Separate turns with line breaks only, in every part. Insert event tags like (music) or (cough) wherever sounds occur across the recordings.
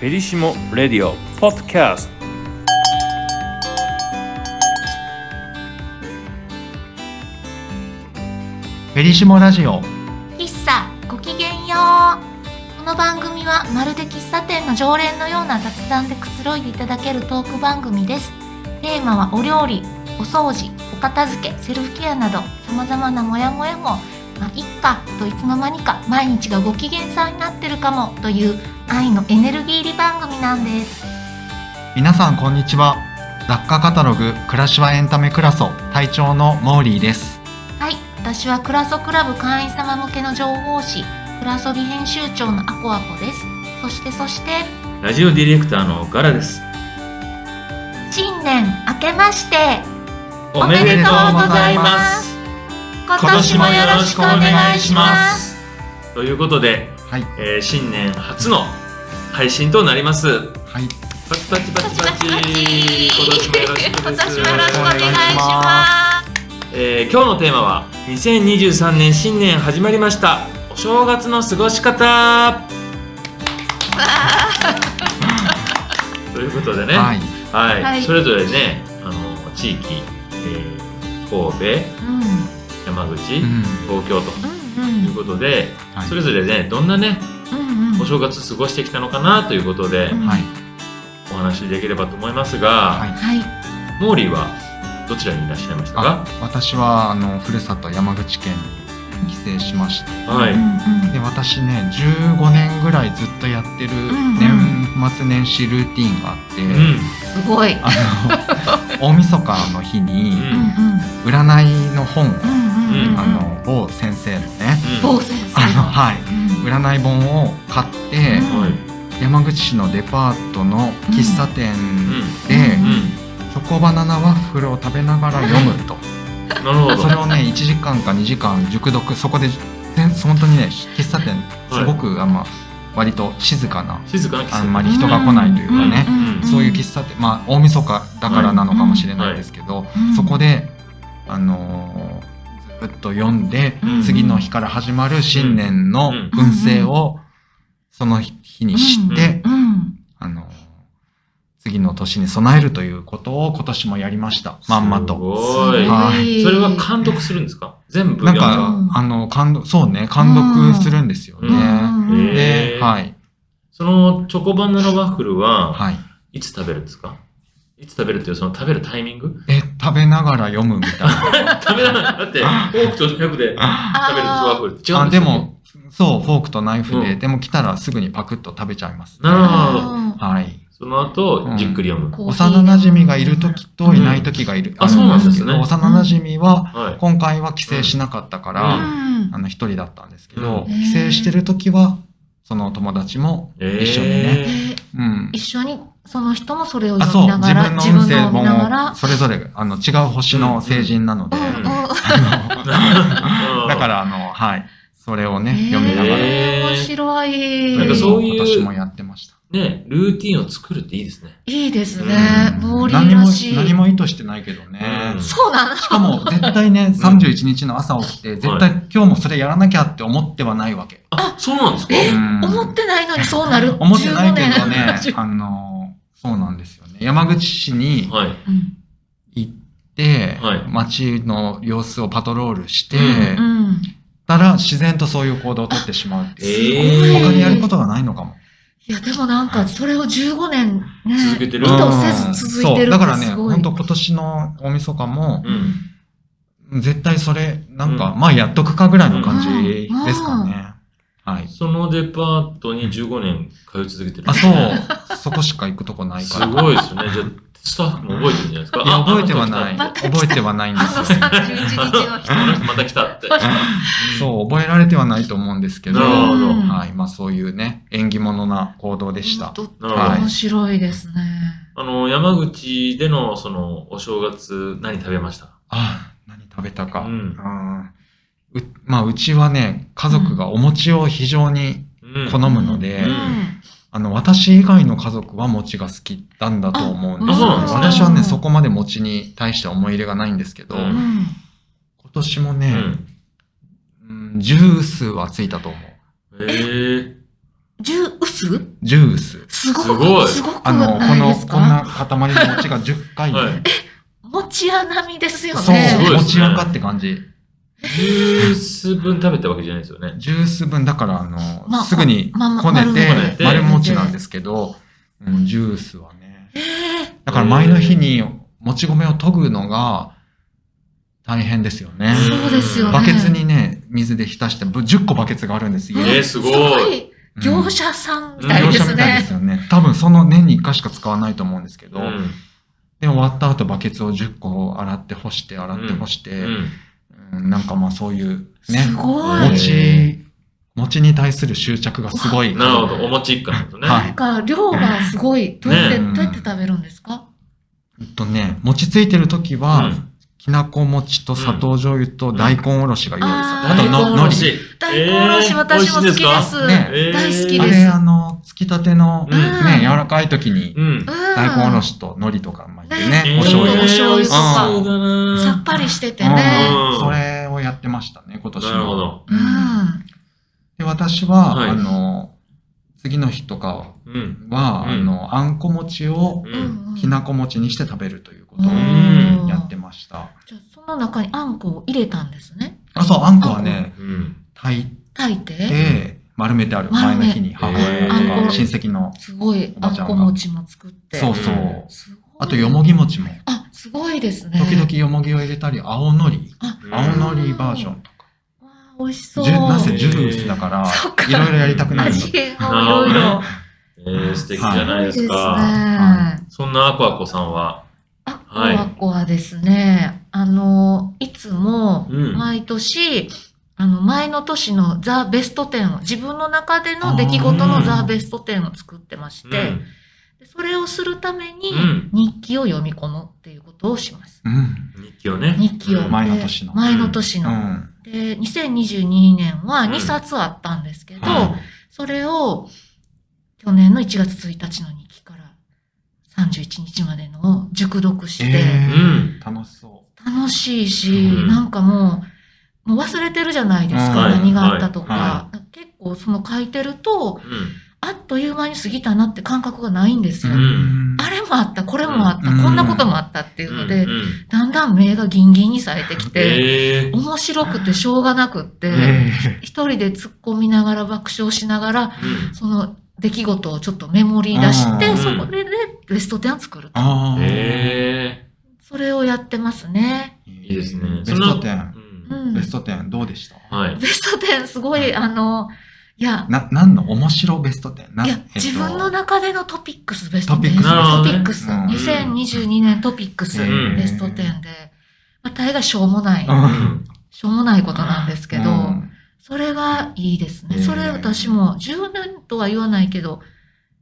フェリシモ・レディオ・ポッドキャスト
フェリシモラジオ
喫茶ごきげんようこの番組はまるで喫茶店の常連のような雑談でくつろいでいただけるトーク番組ですテーマはお料理お掃除お片付けセルフケアなどさまざまなモヤモヤもまあ、いっかといつの間にか毎日がご機嫌さんになってるかもという愛のエネルギー入り番組なんです
皆さんこんにちは雑貨カタログ暮らしはエンタメクラソ隊長のモーリーです
はい私はクラソクラブ会員様向けの情報誌クラソビ編集長のアコアコですそしてそして
ラジオディレクターのガラです。
新年明けまして
おめでとうございます。
今
今年
年
も
も
よ
よ
ろ
ろ
し
し
く
く
お
お
願
願
い
い
し
し
ま
ます
す。ということで、
はい
えー新年初の配信となります。
はい
パチパチパチパチ。今年もよろしく
今
です。
年もよろしくお願いします
えー今日のテーマは2023年新年始まりました。お正月の過ごし方。ということでね、
は
はいい、
はい
それぞれね、あの地域、えー神戸、
うん
山口、
うん
東京と。
うん
ということで、
はい
それぞれねどんなね
うんうん
お正月過ごしてきたのかなということで
うん
はい
お話しできればと思いますが、
はい
はい
モーリーはどちらにいらっしゃいました
あ
か
私はあのふるさと山口県に帰省しました
はい、
うん
で私ね15年ぐらいずっとやってる
ん
年末年始ルーティンがあって、
うん
うんすごい
あの (laughs) 大晦日の日
う
に
うんうん
ん
占いの本を、
うんうんうん
あの某先生のね、
某先生
あのはい
うん
占い本を買って、
うんはい
山口市のデパートの喫茶店で、
うん
チョコバナナワッフルを食べながら読むと
うん、なるほ
そ
ど
れをね1時間か2時間熟読そこで全本当にね喫茶店すごく、あんま割と静かな
静かな季節
あんまり人が来ないというかね、
んんん
そういう喫茶店まあ大晦日だからなのかもしれないですけど、
うん
そこであのーずっと読んで、
うん
次の日から始まる新年の
うん
運勢をその日に知って、
うん
うん
あの、次の年に備えるということを今年もやりました。まんますと。
ごい
は
それは監督するんですか全部
なん
読
か、
だ
うん
あの、感動、そうね、感読するんですよ
う
ね。
んうん
うん
で
へ、ー
はい、
そのチョコバナナワッフルは
はい。
いつ食べるんですかいつ食べるっていうその食べるタイミング
え、食べながら読む
(laughs)
みたいな。
食べなだ
(laughs)
ってフォークとナイフで
あ、
食べるんですワッフルって違うん
で
よ
す
ね
も、そう、フォークとナイフで、
うん
でも来たらすぐにパクッと食べちゃいます。
なるほど
あ
はい。
その後じっくり読む、
ー
幼馴染がいる時といない時がいる。
あそうなんですね
あるけど幼馴染は、
はい
今回は帰省しなかったから、
うん
うん
あの一人だったんですけど、
うん
へー
帰省してる時はその友達も
えー
一緒にね、うん、
一緒にその人もそれを
あ
読
そ
み
う
な
自
がら
分の運勢
を見なが
本
ら
をそれぞれあの違う星の成人なので、
うんうん
だ
だ
からあのはいそれをね
へー
読みながら、
えー
面白い
なんかそういう
今年もやってました。
ね、ルーティンを作るっていいですね。
いいですね
うん
モーリ
何
ー
も
らしい
何も意図してないけどね。
うん
し
そうなの
かも絶対ね31日の朝起きて絶対今日もそれやらなきゃって思ってはないわけ。
あ、そうなんですか
え
うん
思ってないのにそうなる
(laughs) 思ってないけどね
15年
あのそうなんですよね。山口市に、
はい。
うん
行って、
はい
街の様子をパトロールして、
う
うん
たら自然とそういう行動をとってしまうっていう。
え
他にやることがないのかも。
いやでもなんかそれを15年ね
続けてる
意図せず続いてる
そうだ
っ
から
て
ね、
すごい
本当今年の大晦日も
う、ん。
絶対それ、なんか、
うん
まあやっとくかぐらいの感じですかね。はい。
そのデパートに15年通い続けてる。
あ、そう。 (laughs) そこしか行くとこない
す
から。
ごいですね。じゃあ、スタッフも覚えてるんじゃないですか。
いや、
あ
覚えてはない。
また来た
覚えてはないんで
あ
す
の
よ。
31日の人
あの人また来たって。
そう、覚えられてはないと思うんですけど、
なるほど
うん
はい。まあそういうね、縁起物な行動でした。
とって
なる
ほど
面白いですね。
あの、山口での、その、お正月、何食べました
ああ、何食べたか。
う
うんんうまあ、うちはね、家族がお餅を非常に
うん
好むので、
うん
あの、私以外の家族は餅が好きなんだと思うんですよ
ああそうなんです
私
ね
はね、そこまで餅に対して思い入れがないんですけど、
う
うんん
今年も
う
ね、
ん。
うんジュースはついたと思う。
へえ。
ジュース
ジュース。
すごく
すごい
すごく
あの、こ
ない
の、
です
こんな
か
塊の餅が10回。
はい
餅屋並みですよね。
そう、
すごいですね
餅赤って感じ。
ジュース分食べたわけじゃないですよね。
ジュース分、だから、あの、
まあ
すぐに
まあまあ
こねて、
丸めて
丸餅なんですけど、うん、ジュースはね。
ええ
だから前の日に、もち米を研ぐのが、大変ですよね。
そうですよね。
バケツにね、水で浸して、ぶ10個バケツがあるんですよ。
えーすごい
い業者さんみた
うん業
いで
者
す
みたいで
ね。
すよね。多分その年に1回しか使わないと思うんですけど、
うん。
で、終わった後バケツを10個洗って干して、洗って干して、
うん。
うんなんかまあそういうね、
すごい。
餅、餅に対する執着がすごい。
なるほど、お餅一貫なんですね。
は
なんか量がすごい。どうやって、
ね
どうやって食べるんですか
えっとね、餅ついてる時
う
は、
ん
きなこ餅と砂糖醤油と大根おろしが用意さ
うん
れてる、
あー
あとの、のり。
り。
大根おろし、
えー
私も好きです。
美味しい
ね
えー
大好き
あ
で
れ、
す。
あの、つきたての、
うん
ね、柔らかい時に、
うん。
大根おろ
し。
しと海苔とか巻いて
ね
ね、
えー
お醤油
お。醤油
美味しそうだ
さ
な
っぱりしててね。
う
うん
んそれをやってましたね、今年も。
なるほど。
うん
うん。
で、私は、
はい
あの、次の日とか
うん。
は、
うん
あの、あんこ餅を
う。
うんんうん
きなこ餅にして食べるということを
ん
やってました。
じゃあその中にあんこを入れたんですね。
あ、そう、あんこはね、
うん。
炊い
炊いて。
て、丸めてある。
丸
前
め
の日に母親
へー
とか親戚の。
すごい
お
あ
ばちゃ
ん
んが
こ餅も作って。
そうそう
うん。
すごい
あと、よもぎ餅も。
あ、すごいですね。
時々。よもぎを入れたり、青のり。
あ、
うん
青のりバージョンとか。
わあ美味しそう。
じゅなぜジュースだから
そっ、か
いろいろやりたくなる。
味変もいろいろ。
えー、素敵じゃないです
い
か。
いですね。
そんなアコアコさんは、
あ、コ
はい
アコはですね、あの、いつも、
うん
毎年、あの、前の年のザ・ベスト10を、自分の中での出来事
あ
の
ー
ザ・ベスト10を作ってまして、でそれをするために
うん、
日記を読み込むっていうことをします。
うん。
うん、日記をね。
日記を。
前の年の
で前の年
う
の。
ん。
で、2022年は
うん
2冊あったんですけど、
は
それを去年の1月1日の日記から31日までのを熟読して、
え
うん
ー、楽しそ
楽しいし、
うん
なんかもう、もう忘れてるじゃないですか、
はい
何があったとか。
は
結構その書いてると、
うん。
あっという間に過ぎたなって感覚がないんです
う。
よ。
うん
あれもあった、これもあった、
うん
こんなこともあったっていうので、
うんうん
だんだん目がギンギンに冴えてきて、
えー
面白くてしょうがなくって、
え
一人で突っ込みながら爆笑しながら、
うん
その出来事をちょっとメモリー出して、
うん
そこで、ベスト10を作る
ー
と。
あー
え
それをやってますね。
い
いいですね
ベス
ー
ト10。
う
うん
ん。
ベスト10どうでした
はい。
ベスト10すごい、あの、いや、
な、何の面白ベスト10ない
や、自分の中でのトピックスベスト10。
トピックス
トピ
なる
ッ
ほど
ク
ね
う
ス。
ん
2022年トピックス
うん
ベスト10で、まあ、大概しょうもない、
うん
しょうもないことなんですけど、
うん
それがいいですね。
えー
それ私も10年とは言わないけど、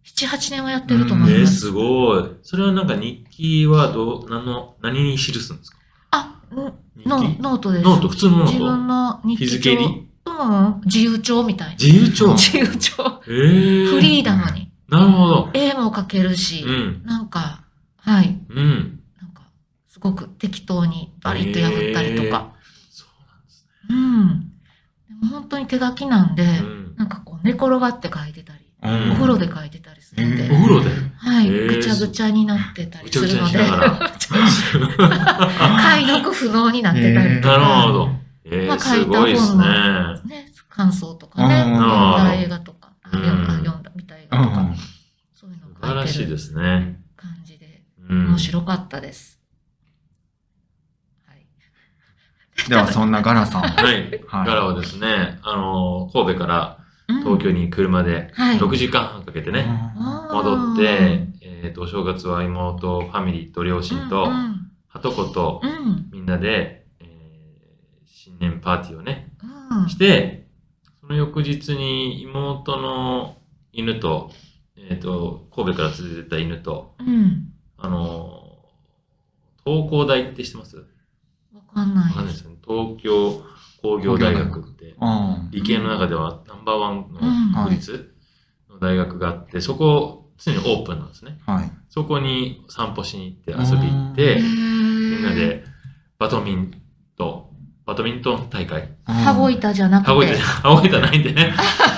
7、8年はやってると
え
思い
ー、
ます。
すごい。それはなんか日記はどう、何の、何に記すんですか
あ、ん
日記
ノノートです。
ノート、普通のノ
自分
ート。
の日
日
記
付
帳。
入り
うん、自由帳みたい
自由帳
う
な。
ん。
自由帳。
えー、
フリーダムに。
なるほど。
絵も描けるし、
うん。
なんか、はい、
うん。
なんか、すごく適当にバリッと破ったりとか。
そうなんです
うん。でも本当に手書きなんで、
ね。うん
なんかこう、寝転がって書いてたり、
うん
お風呂で書いてたりするんで、
え
お風呂で
はい、
えー
ぐちゃぐちゃになってた
ぐ
り
ち
す
ゃぐち
る
ゃにし
ので、
ながら。
解読不能になってたりと
(laughs)
か、
なるほど。え
ま
ー、
あ書い
す
た
ごいです
本
ね。
のね、感想とかね、
うん
読んだ
うん
映画とか、あ
うん
読んだ読んだみたいなとか、
う
そういうの
素晴
を
ら
書
し
い
い
て
で
る
すね。
感じで、
うん。
面白かったです。はい。
んでは、そんなガラ
(laughs)
さん。は
はい。ガラはですね、あの、神戸から
うん
東京に車で
はい
6時間半かけてね、
あ
戻って、、えっと、お正月は妹、ファミリーと両親と
う、ん
鳩子と
うん、うん
みんなで、えー新年パーティーをね、
うん
して、その翌日に妹の犬と、えっ、と、神戸から連れてった犬と、
うん。
あのー、東工大って知ってますわ
わかんない
かんな
で。
いですすよね。東京工業大学って、
ー
理系の中ではナンバーワン
うん
の国立の大学があって、そこ、常にオープンなんですね。
はい。
そこに散歩しに行って遊び行って
へ、
みんな
ー
でバドミントン、バドミントン大会。
羽子
い
板じゃなく
(laughs)
て。
羽子板じゃ、羽子板ないんでね。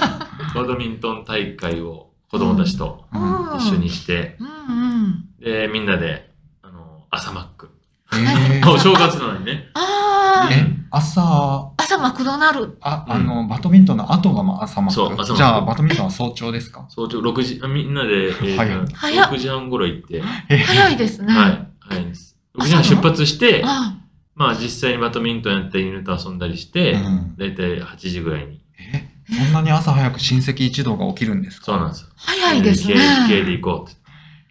(laughs) バドミントン大会を子供たちと
うん
一緒にして、
うんうん。
で、みんなで、あの、朝マック。
えー
お正月なのにね。
ああ、
え朝
朝マクドナルド。
あ、
うん
あの、バドミントンの後がまあ朝マ
そう
ッ
朝マッ
ク。
ク
じゃあ、バドミントンは早朝ですか
早朝6時、あみんなで、えー
早い
早っ
6時半頃行って、は
え
早いですね。
い、早いです。6時半
朝
出
の
発して、
あ
まあ実際にバドミントンやったり犬と遊んだりして、
うん
だいたい8時ぐらいに。
え、そんなに朝早く親戚一同が起きるんですか
そうなんですよ。
早いですね。
系で行こうって。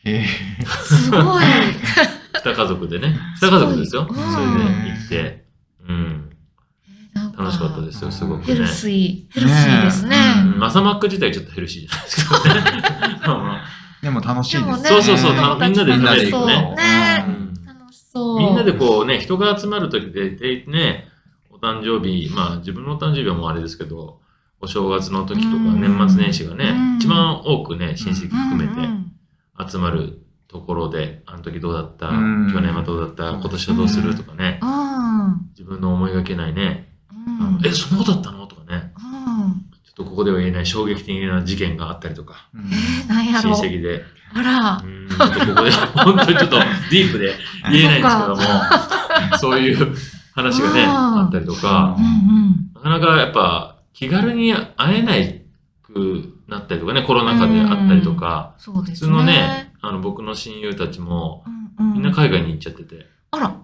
え
すごい。
二 (laughs) 家族でね。二家族ですよ。
う
そ
ん。
れで行って。うん。楽しかったですすよ、すごく
ヘ
ね
ル。シー、ヘルシーですね。
ね
うん、朝マック自体ちょっとヘルシーじゃないですかね
(laughs)
まあまあ。
でも楽しい
で
で
も
すね。
ね、
そうそうそう
子供たち
みんなで食べるよ
ね
楽しそうね
う
楽しそう。
みんなでこうね、人が集まるときで、でね、お誕生日、まあ自分のお誕生日はもうあれですけど、お正月の時とか
うん
年末年始がね、
うん
一番多くね、親戚含め
うんう
て
ん
集まるところで、あの時どうだった、
うん
去年はどうだった、今年はどうするとかね、
うん
自分の思いがけないね、あ
うん
のえ、そんなことだったのとかね、
うん
ちょっとここでは言えない衝撃的な事件があったりとか、
うん
えー、なんや
親
ろう。
戚で、
あら
う。ん、ちょっとここで、本当にちょっとディープで言えないんですけども、そういう話がね、
うん
あったりとか
う、ん
なかなかやっぱ気軽に会えないくなったりとかね、コロナ禍であったりとか、
そうで
普
す
通
ね。
のね、あの僕の親友たちも、
うんうん、
みんな海外に行っちゃってて、
あら、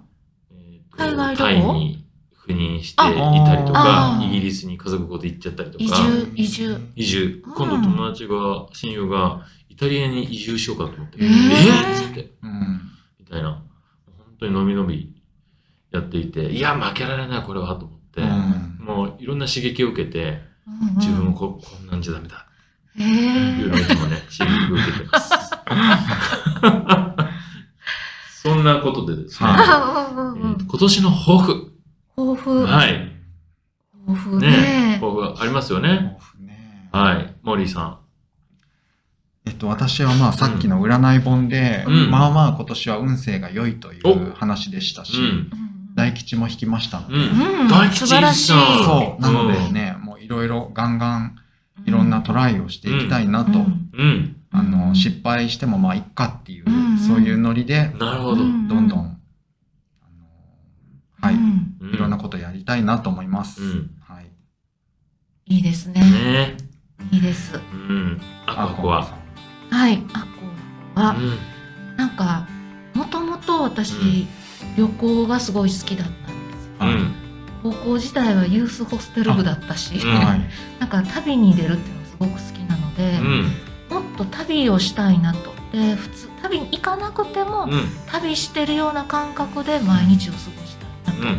えーと
海外旅行
タイに赴任していたりと
あ
か
あ、ー
イギリスに家族ごと行っちゃったりと
移
か、
住、移住。
移住。今度友達が、親友がイタリアに移住しようかと思って、
へ
え
ー
ーっつって。
うん。
みたいな。本当にのびのびやっていて、いや、負けられない、これは、と思って、
うん
もういろんな刺激を受けて、
うんうん
自分もここんなんじゃダメだ、
へ
っていう
え
のをいつもね、刺激を受けて
(laughs)
ます。そんなことでですね、
あうんうんう
えー
ん
今年の抱負。
抱負、
はい。
抱負ね
ね抱負ありますよね。
豆腐ね
はい。モーリーさん。
えっと、私はまあさっきの占い本で、
うん
まあまあ今年は運勢が良いという話でしたし、
うん。
うん
大吉も引きましたの
う
で、
ん。
うん
大吉
素晴らしい
いいっすな
そう、なのでね、もういろいろガンガンいろんなトライをしていきたいなと、
うん
うん。
あの、失敗してもまあいっかっていう、
うん
そういうノリで、
なるほど。
う
どんどん、あのはい、
うん
う
いろんなことやりたいなと思います。
うん
はい。
いいですね。
ね
いいです。
うん。あ、ここ
あ
は。
こ
はい。あこは、
うん。
なんか、もともと私、
うん
旅行がすごい好きだったんですよ。
は
う
い
ん。
高校時代はユースホステル部だったし、
うん
はい。
(laughs) なんか旅に出るっていうのがすごく好きなので、
う
もっと旅をしたいなと。で、普通、旅に行かなくても、
ん。うん。
旅してるような感覚で毎日を過ごしたいなと。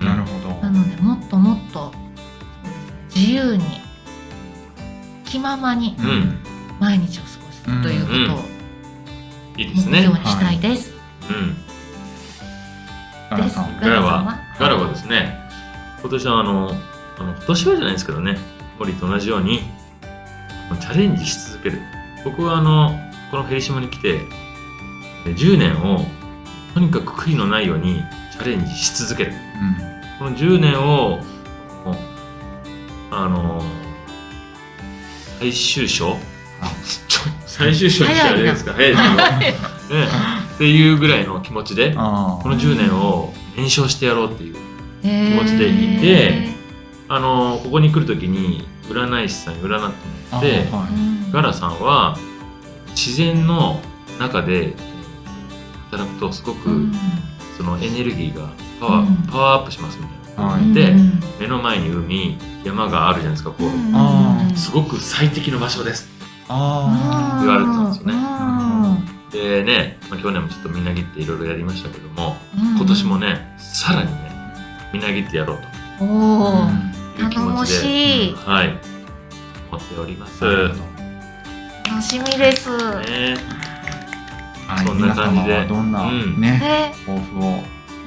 うん。
なる
ほ
ほど。
なので、もっともっと、自由に、気ままに
うん
毎日を過ごすということを
ど。いいで
目
す
標に
ね。
したいです。
うん。
ガ
で
ラ
す
さん。
ガ
ガ
ラ
ラ
は
は、
ガラはですね、今年はあの、あの今年はじゃないですけどね、森と同じように、チャレンジし続ける。僕はあの、このヘリシモに来て、え10年を、とにかく悔いのないようにチャレンジし続ける。この10年を、こうあの、最終章ちょ最終章にしてあれですか早いですけどねっていうぐらいの気持ちで
うん。、あ
こ
あ。
の10年を燃焼してやろうっていう。
気
持ちでいてあのここに来る時に占い師さんに占ってもらって
あはい
ガラさんは自然の中でえー働くとすごく、そのエネルギーがパワー,、
うん
パワーアップしますみたいな
は
で
うん
目の前に海山があるじゃないですかこう、
うん
あー
すごく最適の場所です
あ
言われてたんですよねで
う
ね、まあ、去年もちょっとみなぎっていろいろやりましたけども
ん
今年もねさらにねみなぎってやろう
お
あ。
おー
という
頼
気持
も
ちで、
しい
はい思っております、
うん
ね
楽しみです
はい。
そんな感じで
皆様はどんな
うん
ね、
ね
抱負を。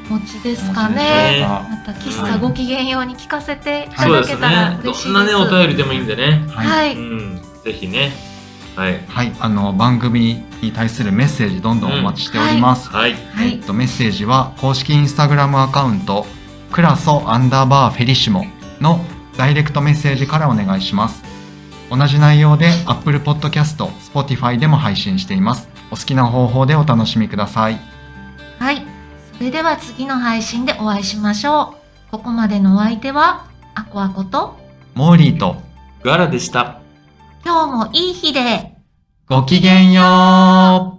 お持ちですか
ね
ね
は
また喫茶ごきげんように聞かせていた
そう
だ
で
け
す
たら
ね。
嬉しいです
どんなね、お便りでもいいんでね。
い。
は
う
い
ん、ぜひね。はい。
はい、あの番組に対するメッセージどんどんお待ちしております。
はい。
は
え
い
っとメッセージは公式インスタグラムアカウントクラソアンダーバーフェリシモのダイレクトメッセージからお願いします。同じ内容で Apple Podcast、Spotify でも配信しています。お好きな方法でお楽しみください。
はい。それでは次の配信でお会いしましょう。ここまでのお相手は、アコアコと、
モーリーと
ガラでした。
今日もいい日で、
ごきげんよう